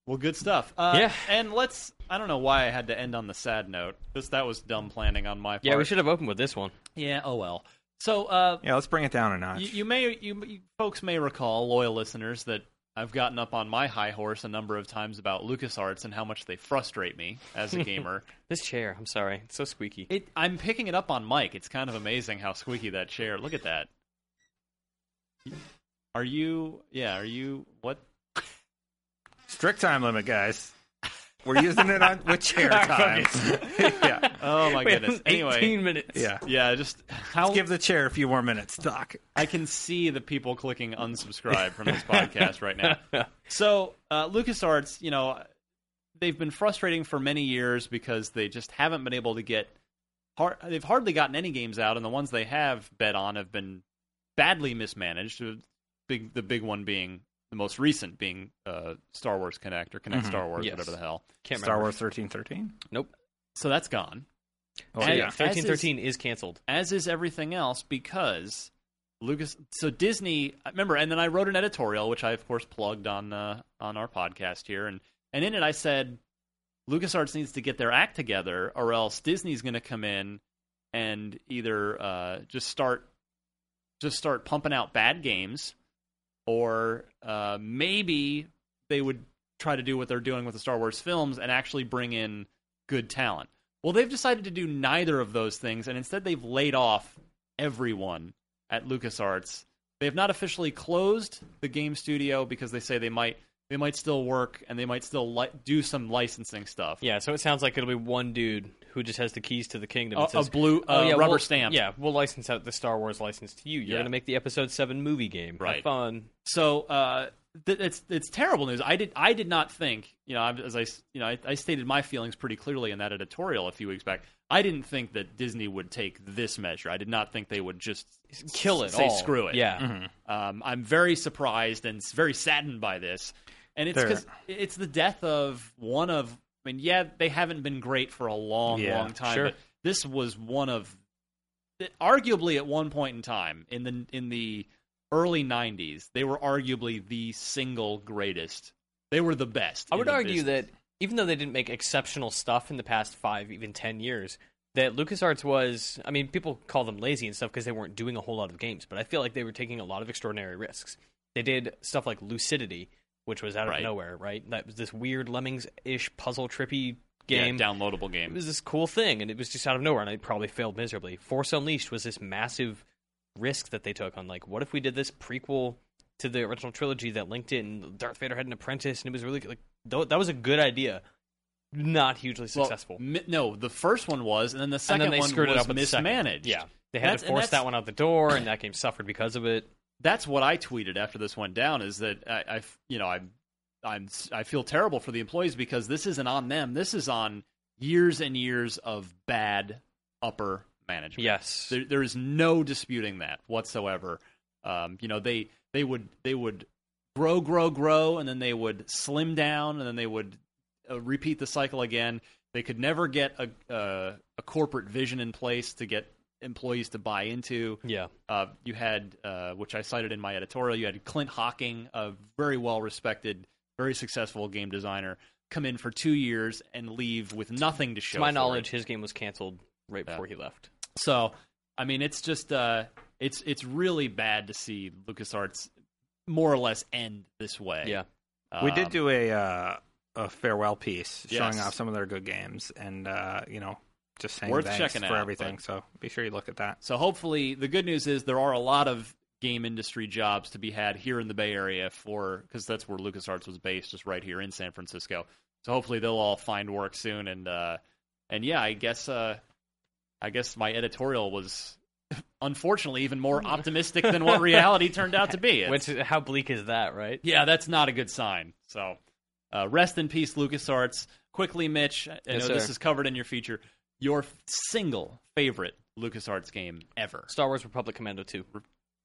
Well, good stuff. Uh,
Yeah.
And let's. I don't know why I had to end on the sad note. Just that was dumb planning on my part.
Yeah, we should have opened with this one.
Yeah. Oh well. So, uh,
Yeah, let's bring it down a notch.
you, you may, you, you folks may recall, loyal listeners, that I've gotten up on my high horse a number of times about LucasArts and how much they frustrate me as
*laughs*
a gamer.
This chair, I'm sorry, it's so squeaky.
it, I'm picking it up on Mike. It's kind of amazing how squeaky that chair. Look at that. Are you? Yeah. Are you? What?
Strict time limit, guys. We're using it on
*laughs*
with chair time. *laughs* yeah,
Oh my
Wait, *laughs*
goodness.
18
Anyway.
minutes.
yeah.
Yeah. Just how
Give the chair a few more minutes. Doc.
I can see the people clicking unsubscribe from this podcast right now. So, uh, LucasArts, you know, they've been frustrating for many years because they just haven't been able to get. Har- they've hardly gotten any games out, and the ones they have bet on have been badly mismanaged. The Big, the big one being the most recent being uh, Star Wars Connect or Connect Star Wars,
Yes.
whatever the hell.
Can't
Star
remember.
Wars thirteen thirteen.
Nope.
So that's gone.
Oh
Hey,
yeah.
As
1313 is, canceled.
as is everything else because Lucas so Disney remember and then I wrote an editorial which I of course plugged on uh, on our podcast here and and in it I said LucasArts needs to get their act together or else Disney's going to come in and either uh, just start just start pumping out bad games or uh, maybe they would try to do what they're doing with the Star Wars films and actually bring in good talent. Well, they've decided to do neither of those things, and instead they've laid off everyone at LucasArts. They have not officially closed the game studio because they say they might they might still work and they might still li- do some licensing stuff.
Yeah, so it sounds like it'll be one dude who just has the keys to the kingdom.
A,
and says,
a blue uh,
Oh, yeah,
rubber
we'll-
stamp.
Yeah, we'll license out the Star Wars license to you. You're
Yeah.
gonna make the Episode Seven movie game. Have
Right.
fun.
So uh, th- it's it's terrible news. I did I did not think you know I've- as I s- you know I, I stated my feelings pretty clearly in that editorial a few weeks back. I didn't think that Disney would take this measure. I did not think they would just
Kill it.
Say
all.
screw it.
Yeah.
Um, I'm very surprised and s- very saddened by this, and it's
There.
because it's the death of one of I mean, yeah, they haven't been great for a long,
Yeah,
long time.
sure.
But this was one of, arguably, at one point in time in the in the early '90s, they were arguably the single greatest. They were the best.
I
in
would
the
argue
business.
that even though they didn't make exceptional stuff in the past five, even ten years, that LucasArts was, I mean, people call them lazy and stuff because they weren't doing a whole lot of games, but I feel like they were taking a lot of extraordinary risks. They did stuff like Lucidity, which was out of
Right.
nowhere, right? That was this weird Lemmings ish puzzle trippy
Yeah,
game.
downloadable
it
game.
was this cool thing, and it was just out of nowhere, and it probably failed miserably. Force Unleashed was this massive risk that they took on, like, what if we did this prequel to the original trilogy that linked it, and Darth Vader had an apprentice, and it was really like tho- that was a good idea, not hugely
Well,
successful.
mi- no, the first one was, and then the second
and then they
one
screwed
was
it up with the second.
mismanaged.
Yeah, they had
That's-
to
and
force
that's-
that one out the door, and that game suffered because of it.
that's what I tweeted after this went down is that I, I f- you know, I'm, I'm, I feel terrible for the employees because this isn't on them. This is on years and years of bad upper management.
Yes,
There, there is no disputing that whatsoever. Um, you know, they they would they would grow, grow, grow, and then they would slim down, and then they would uh, repeat the cycle again. They could never get a uh, a corporate vision in place to get employees to buy into.
yeah,
Uh, you had, uh, which I cited in my editorial, you had Clint Hocking, a very well respected, very successful game designer, come in for two years and leave with nothing to show.
to my
for it.
knowledge, his game was canceled right
Yeah.
before he left.
So, I mean, it's just uh, it's it's really bad to see LucasArts more or less end this way.
Yeah,
we did
Um,
do a uh, a farewell piece showing
Yes.
off some of their good games, and uh, you know, just saying
Worth
thanks
checking
for
out,
everything. So be sure you look at that.
So hopefully, the good news is there are a lot of game industry jobs to be had here in the Bay Area for because that's where LucasArts was based, just right here in San Francisco. So hopefully, they'll all find work soon. And uh, and yeah, I guess uh, I guess my editorial was *laughs* unfortunately even
*laughs*
more optimistic than what reality turned out to be.
Which, how bleak is that, right?
Yeah, that's not a good sign. So, uh, rest in peace, LucasArts. Quickly, Mitch, I
Yes,
know this
sir.
is covered in your feature. Your f- single favorite LucasArts game ever.
Star Wars Republic Commando two.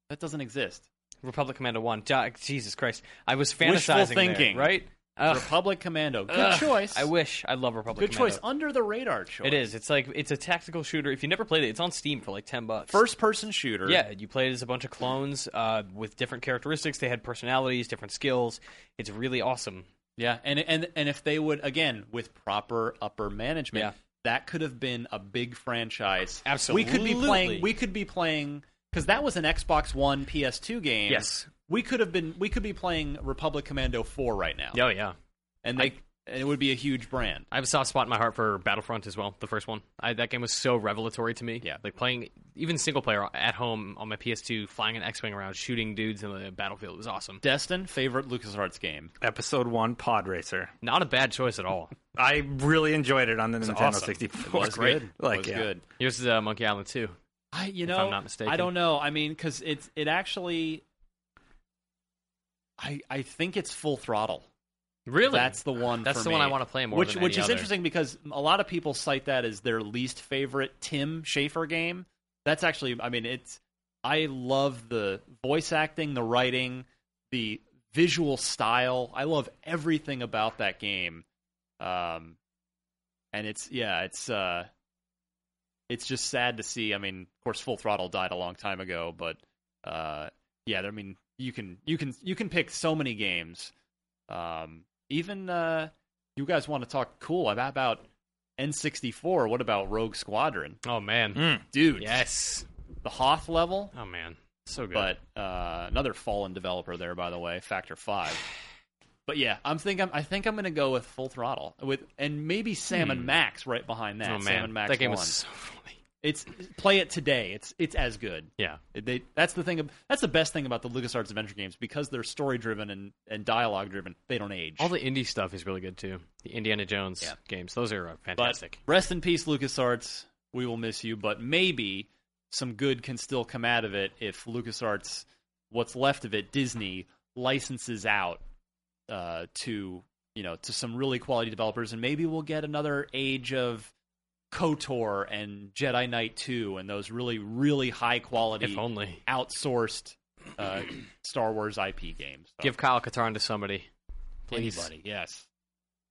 That doesn't exist.
Republic Commando One. Ja- Jesus Christ, I was
Wishful
fantasizing
thinking.
there, right? Ugh.
Republic Commando. Good
Ugh.
choice.
I wish. I love Republic.
Good
Commando.
choice. Under the radar choice.
It is. It's like it's a tactical shooter. If you never played it, it's on Steam for like ten bucks.
First person shooter.
yeah, you play it as a bunch of clones uh, with different characteristics. They had personalities, different skills. It's really awesome.
Yeah. And, and, and if they would, again, with proper upper management,
Yeah.
that could have been a big franchise.
Absolutely.
We could be playing, we could be playing, because that was an Xbox One PS2 game. we could have been we could be playing Republic Commando 4 right now.
Oh yeah.
And they and it would be a huge brand.
I have a soft spot in my heart for Battlefront as well. The first one. I, that game was so revelatory to me.
Yeah.
Like playing even single player at home on my PS2, flying an X-wing around, shooting dudes in the battlefield. It was awesome.
Destin favorite LucasArts game.
Episode one, Pod Racer.
Not a bad choice at all.
I really enjoyed it on the Nintendo
awesome.
64.
was good.
*laughs*
it
Like,
was
yeah.
good.
Here's uh, Monkey Island 2.
I you
If
know
I'm not mistaken.
I don't know. I mean cuz it's it actually I I think it's full throttle.
Really?
That's the one
That's
for
the one I
me.
wanna play more
Which
than
which
any
is
other.
interesting because a lot of people cite that as their least favorite Tim Schafer game. That's actually I mean it's I love the voice acting, the writing, the visual style. I love everything about that game. Um and it's yeah, it's uh it's just sad to see. I mean, of course Full Throttle died a long time ago, but uh yeah, I mean you can you can you can pick so many games. Um even uh you guys want to talk cool about about N64, what about Rogue Squadron?
Oh man.
Dude,
Yes.
the Hoth level,
Oh man. So good.
but uh, another fallen developer there, by the way, Factor Five. *sighs* But yeah, I'm think I'm, I think I'm going to go with Full Throttle with and maybe Sam and Max right behind that.
Hmm. oh
Sam
man.
and Max
that game
1.
was so funny.
It's play it today. It's it's as good.
Yeah.
They, that's the thing. ab- That's the best thing about the LucasArts adventure games because they're story driven and, and dialogue driven. They don't age.
All the indie stuff is really good too. The Indiana Jones
Yeah.
games, those are uh,
But
fantastic.
rest in peace, LucasArts. We will miss you, but maybe some good can still come out of it if LucasArts, what's left of it, Disney licenses out uh, to you know to some really quality developers, and maybe we'll get another Age of KOTOR and Jedi Knight Two and those really really high quality
if only.
outsourced uh, *clears throat* Star Wars IP games. So,
Give Kyle Katarn to somebody. Please.
anybody, yes.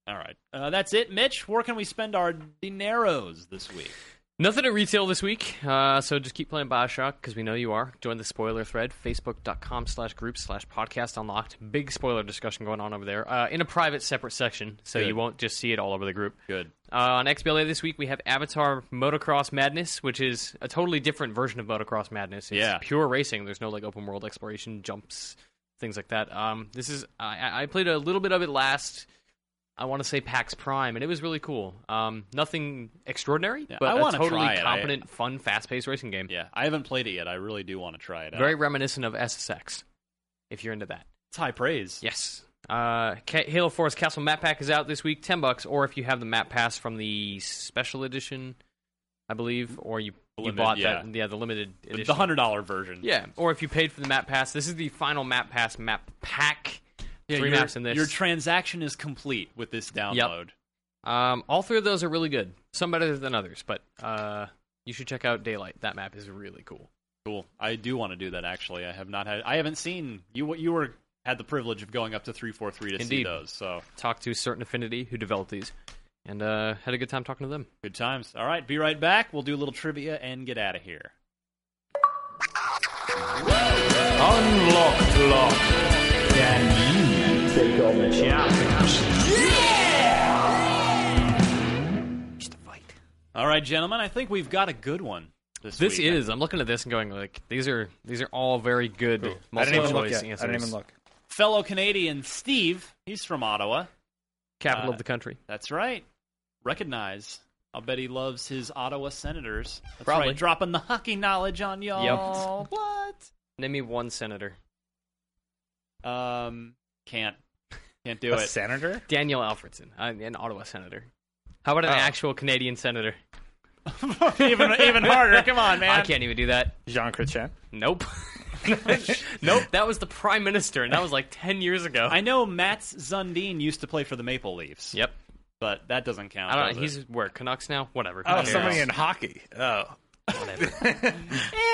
All right. Uh, that's it, Mitch. Where can we spend our dineros this week?
Nothing at retail this week, uh, so just keep playing Bioshock because we know you are. Join the spoiler thread, facebook.com slash group slash podcast unlocked. Big spoiler discussion going on over there uh, in a private separate section, so
Good.
you won't just see it all over the group.
Good.
Uh, on XBLA this week, we have Avatar Motocross Madness, which is a totally different version of Motocross Madness. It's
Yeah.
pure racing. There's no like open world exploration, jumps, things like that. Um, this is I- I, I played a little bit of it last. I want to say PAX Prime, and it was really cool. Um, nothing extraordinary,
Yeah, I
but a
wanna
totally
try it. I-
competent, fun, fast-paced racing game.
Yeah, I haven't played it yet. I really do want to try it out.
Very reminiscent of SSX, if you're into that.
It's high praise.
Yes. Uh, Ca- Halo Force Castle Map Pack is out this week, ten bucks, or if you have the map pass from the special edition, I believe, or you
Limited,
you bought
yeah.
that, yeah, the limited
The-
edition,
The hundred dollar version.
yeah, or if you paid for the map pass. This is the final map pass map pack.
Yeah,
Three
your-
maps in this.
Your transaction is complete with this download.
um, all three of those are really good. Some better than others, but uh, you should check out Daylight. That map is really cool.
Cool. I do want to do that. Actually, I have not had. I haven't seen you. You were had the privilege of going up to three four three to see
Indeed.
those. So
Talked to Certain Affinity, who developed these, and uh, had a good time talking to them.
good times. All right, be right back. We'll do a little trivia and get out of here.
Just a fight.
All right, gentlemen. I think we've got a good one. This
This
week.
is. I'm looking at this and going like, these are these are all very good
I didn't
multiple
even look
choice
yet.
answers.
I didn't even look.
fellow Canadian Steve. He's from Ottawa.
Capital
Uh,
of the country.
That's right. Recognize. I'll bet he loves his Ottawa Senators. That's
Probably.
right. Dropping the hockey knowledge on y'all. What?
Name me one senator.
Um, can't. Can't *laughs* do
a
it.
senator?
Daniel Alfredson, I'm an Ottawa senator. How about an
Oh.
actual Canadian senator?
*laughs* even even harder. Come on, man.
I can't even do that.
Jean Chrétien? *laughs*
Nope. nope. That was the prime minister, and that was like ten years ago.
I know Mats Zundin used to play for the Maple Leafs.
yep.
But that doesn't count.
I don't. know.
does
He's
it?
where Canucks now. Whatever.
Oh,
Who
somebody
cares?
in hockey. Oh.
*laughs*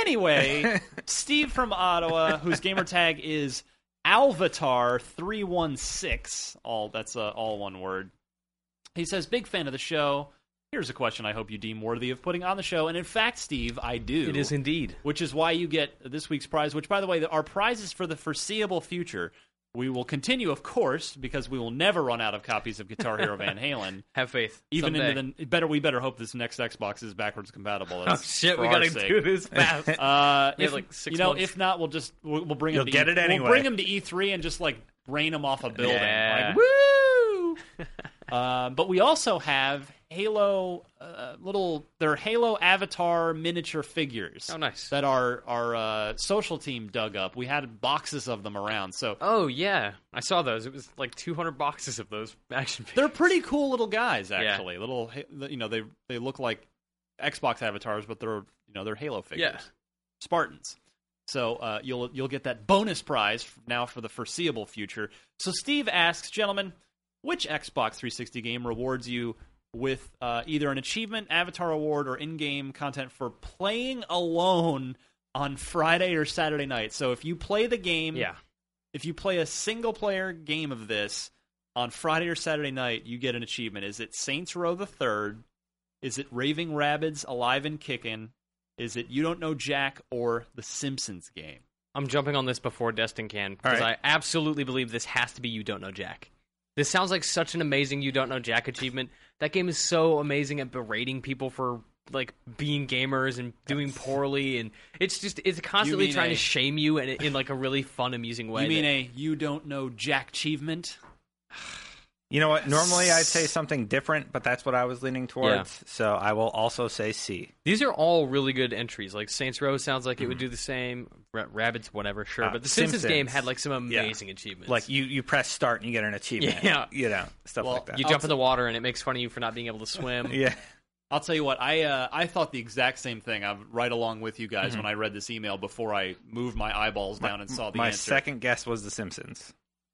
Anyway, Steve from Ottawa, whose gamer tag is Alvatar three one six. All that's uh, all one word. He says, "Big fan of the show. Here's a question I hope you deem worthy of putting on the show, and in fact, Steve, I do.
It is indeed.
which is why you get this week's prize. Which, by the way, our prizes for the foreseeable future. We will continue, of course, because we will never run out of copies of Guitar Hero
*laughs*
Van Halen.
Have faith.
Even
Someday.
into the better, we better hope this next Xbox is backwards compatible.
Oh
That's
*laughs* shit!
for
We
our
gotta
sake.
do this fast.
*laughs*
*laughs*
Uh,
We
if,
have, like, six
you know,
months.
if not, we'll just we'll, we'll bring
You'll
them.
get
to
it
E-
anyway.
We'll bring them to E3 and just like rain them off a building. Like,
Yeah.
woo!
*laughs*
uh, but we also have Halo uh, little. They're Halo Avatar miniature figures.
Oh, nice.
That our our uh, social team dug up. We had boxes of them around, so.
Oh yeah, I saw those. It was like 200 boxes of those action figures.
They're pretty cool little guys, actually. Little, you know, they they look like Xbox avatars, but they're you know they're Halo figures,
Yeah.
Spartans. So uh, you'll you'll get that bonus prize f- now for the foreseeable future. So Steve asks, gentlemen, which Xbox 360 game rewards you with uh, either an achievement, avatar award, or in-game content for playing alone on Friday or Saturday night? So if you play the game,
Yeah.
if you play a single player game of this on Friday or Saturday night, you get an achievement. Is it Saints Row the Third? Is it Raving Rabbids Alive and Kickin'? Is it You Don't Know Jack or The Simpsons game?
I'm jumping on this before Destin can because
right.
I absolutely believe this has to be You Don't Know Jack. This sounds like such an amazing You Don't Know Jack achievement. That game is so amazing at berating people for like being gamers and doing poorly, and it's just it's constantly
mean
trying
a-
to shame you and in like a really fun, amusing way.
you mean
that-
a You Don't Know Jack achievement?
You know what? Normally I'd say something different, but that's what I was leaning towards. So I will also say C.
these are all really good entries. Like Saints Row sounds like it would do the same. Ra- Rabbits, whatever, sure.
Uh,
but the Mm. Simpsons,
Simpsons.
game had like some
Yeah.
amazing achievements.
Like you, you press start and you get an achievement.
*laughs* Yeah.
You know, stuff
Well,
like that.
you jump in the water and it makes fun of you for not being *laughs* able to swim.
yeah.
I'll tell you what, I uh, I thought the exact same thing. I'm right along with you guys when I read this email before I moved Mm-hmm. my eyeballs down and saw the
My
answer.
second guess was The Simpsons.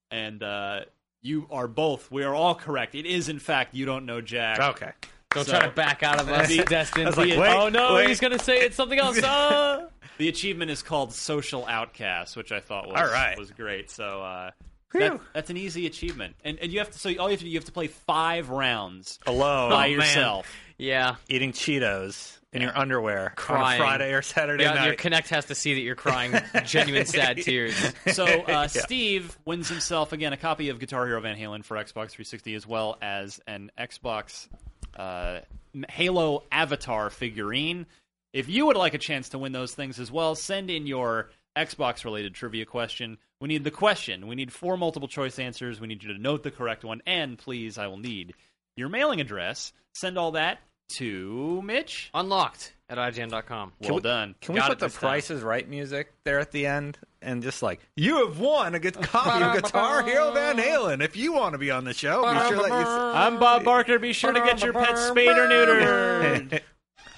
and uh, you are both, we are all correct. It is, in fact, You Don't Know Jack.
Okay.
Don't
So-
try to back out of us,
The-
I
Destin.
was like,
The-
wait,
oh no,
wait.
he's gonna say it's
*laughs*
something else. Ah!
The achievement is called Social Outcast, which I thought was
All right.
was great. So uh, That,
Phew.
that's an easy achievement, and and you have to so all you have to do, you have to play five rounds
Alone
by
Oh, man.
yourself.
Yeah.
eating Cheetos in your underwear on
Crying.
a Friday or Saturday
Yeah,
night.
your connect has to see that
*laughs*
you're crying genuine sad tears.
So uh, Steve wins himself again a copy of Guitar Hero Van Halen for Xbox 360, as well as an Xbox uh, Halo Avatar figurine. If you would like a chance to win those things as well, send in your Xbox related trivia question. We need the question. We need four multiple choice answers. We need you to note the correct one. And please, I will need your mailing address. Send all that to Mitch.
Unlocked at IGN.com.
Well done.
Uh, Can we
Got
put
it
the
this time.
Price is Right music there at the end and just like you have won a good copy of Guitar Hero Van Halen. If you want to be on the show, be sure that
I'm Bob Barker. Be sure to get your pet spayed or neutered.
you.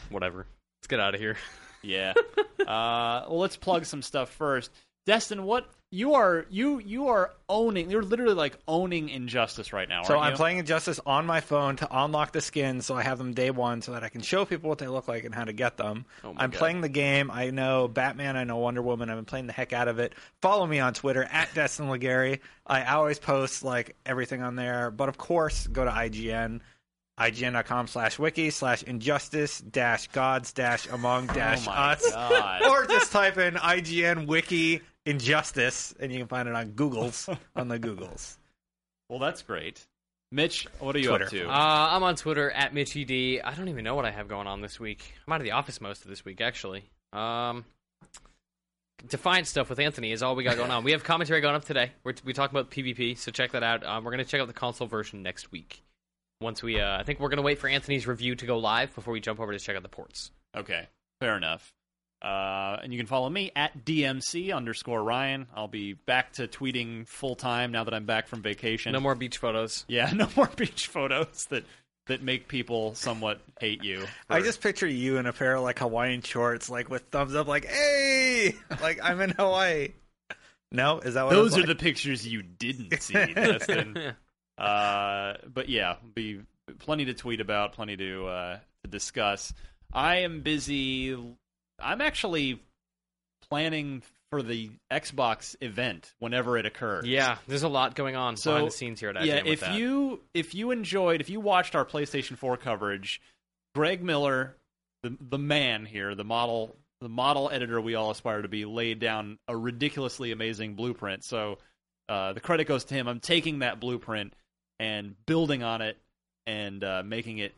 Whatever. Let's get out of here.
Yeah. Uh, well, let's plug some stuff first. Destin, what you are you you are owning? You're literally like owning Injustice right now.
So
aren't
I'm
you?
playing Injustice on my phone to unlock the skins, so I have them day one, so that I can show people what they look like and how to get them.
Oh
my
I'm
God.
playing the game. I know Batman. I know Wonder Woman. I've been playing the heck out of it. Follow me on Twitter at Destin Legary. I always post like everything on there, but of course, go to IGN. IGN.com slash wiki slash injustice dash gods dash among dash
Oh my
us.
God.
*laughs* Or just type in IGN wiki injustice and you can find it on Google's on the Googles.
Well, that's great. Mitch, what are you up
Twitter.
to?
Uh, I'm on Twitter at MitchED. I don't even know what I have going on this week. I'm out of the office most of this week, actually. Um, Defiant stuff with Anthony is all we got going on. We have commentary going up today. We're we talk about PvP, so check that out. Um, we're gonna check out the console version next week. Once we, uh, I think we're gonna wait for Anthony's review to go live before we jump over to check out the ports.
okay, fair enough. Uh, and you can follow me at DMC underscore Ryan. I'll be back to tweeting full time now that I'm back from vacation.
No more beach photos.
Yeah, *laughs* no more beach photos that that make people somewhat hate you.
I
for-
just picture you in a pair of like Hawaiian shorts, like with thumbs up, like "Hey, *laughs* like I'm in Hawaii." No, is that what
Those
it's
are
like?
the pictures you
*laughs*
didn't see,
*laughs*
Destin. uh, but yeah, be plenty to tweet about, plenty to uh, to discuss. I am busy. I'm actually planning for the Xbox event whenever it occurs.
Yeah, there's a lot going on
So,
behind the scenes here at IGN
yeah.
with
If
that.
you if you enjoyed, if you watched our PlayStation 4 coverage, Greg Miller, the the man here, the model, the model editor we all aspire to be, laid down a ridiculously amazing blueprint. So uh, the credit goes to him. I'm taking that blueprint and building on it and uh, making it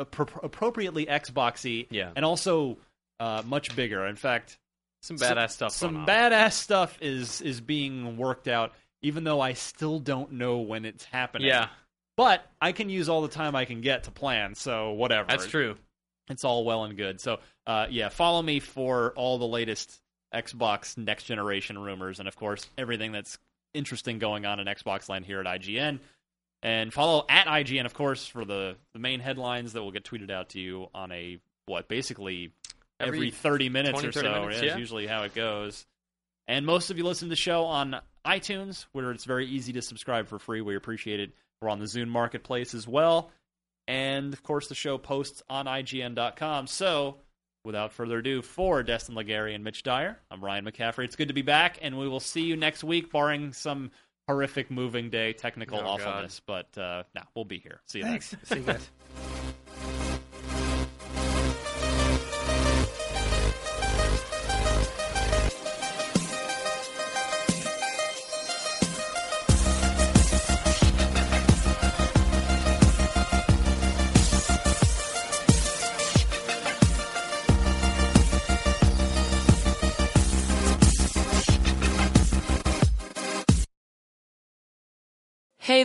appro- appropriately Xboxy,
Yeah.
and also uh, much bigger. In fact,
some badass stuff.
some
going on.
badass stuff is is being worked out, even though I still don't know when it's happening.
Yeah,
but I can use all the time I can get to plan. So whatever.
that's true.
It's all well and good. So uh, yeah, follow me for all the latest Xbox next generation rumors, and of course everything that's interesting going on in Xbox land here at IGN. And follow at IGN, of course, for the, the main headlines that will get tweeted out to you on a what basically every,
Every
30 minutes
20,
or
30
so.
minutes,
yeah,
yeah.
It's usually how it goes. And most of you listen to the show on iTunes, where it's very easy to subscribe for free. We appreciate it. We're on the Zune Marketplace as well. And of course, the show posts on IGN.com. So, without further ado, for Destin Legary and Mitch Dyer, I'm Ryan McCaffrey. It's good to be back, and we will see you next week, barring some horrific moving day technical
Oh, God.
awfulness. But uh, no, we'll be here. See you next.
Thanks. See you guys.
Hey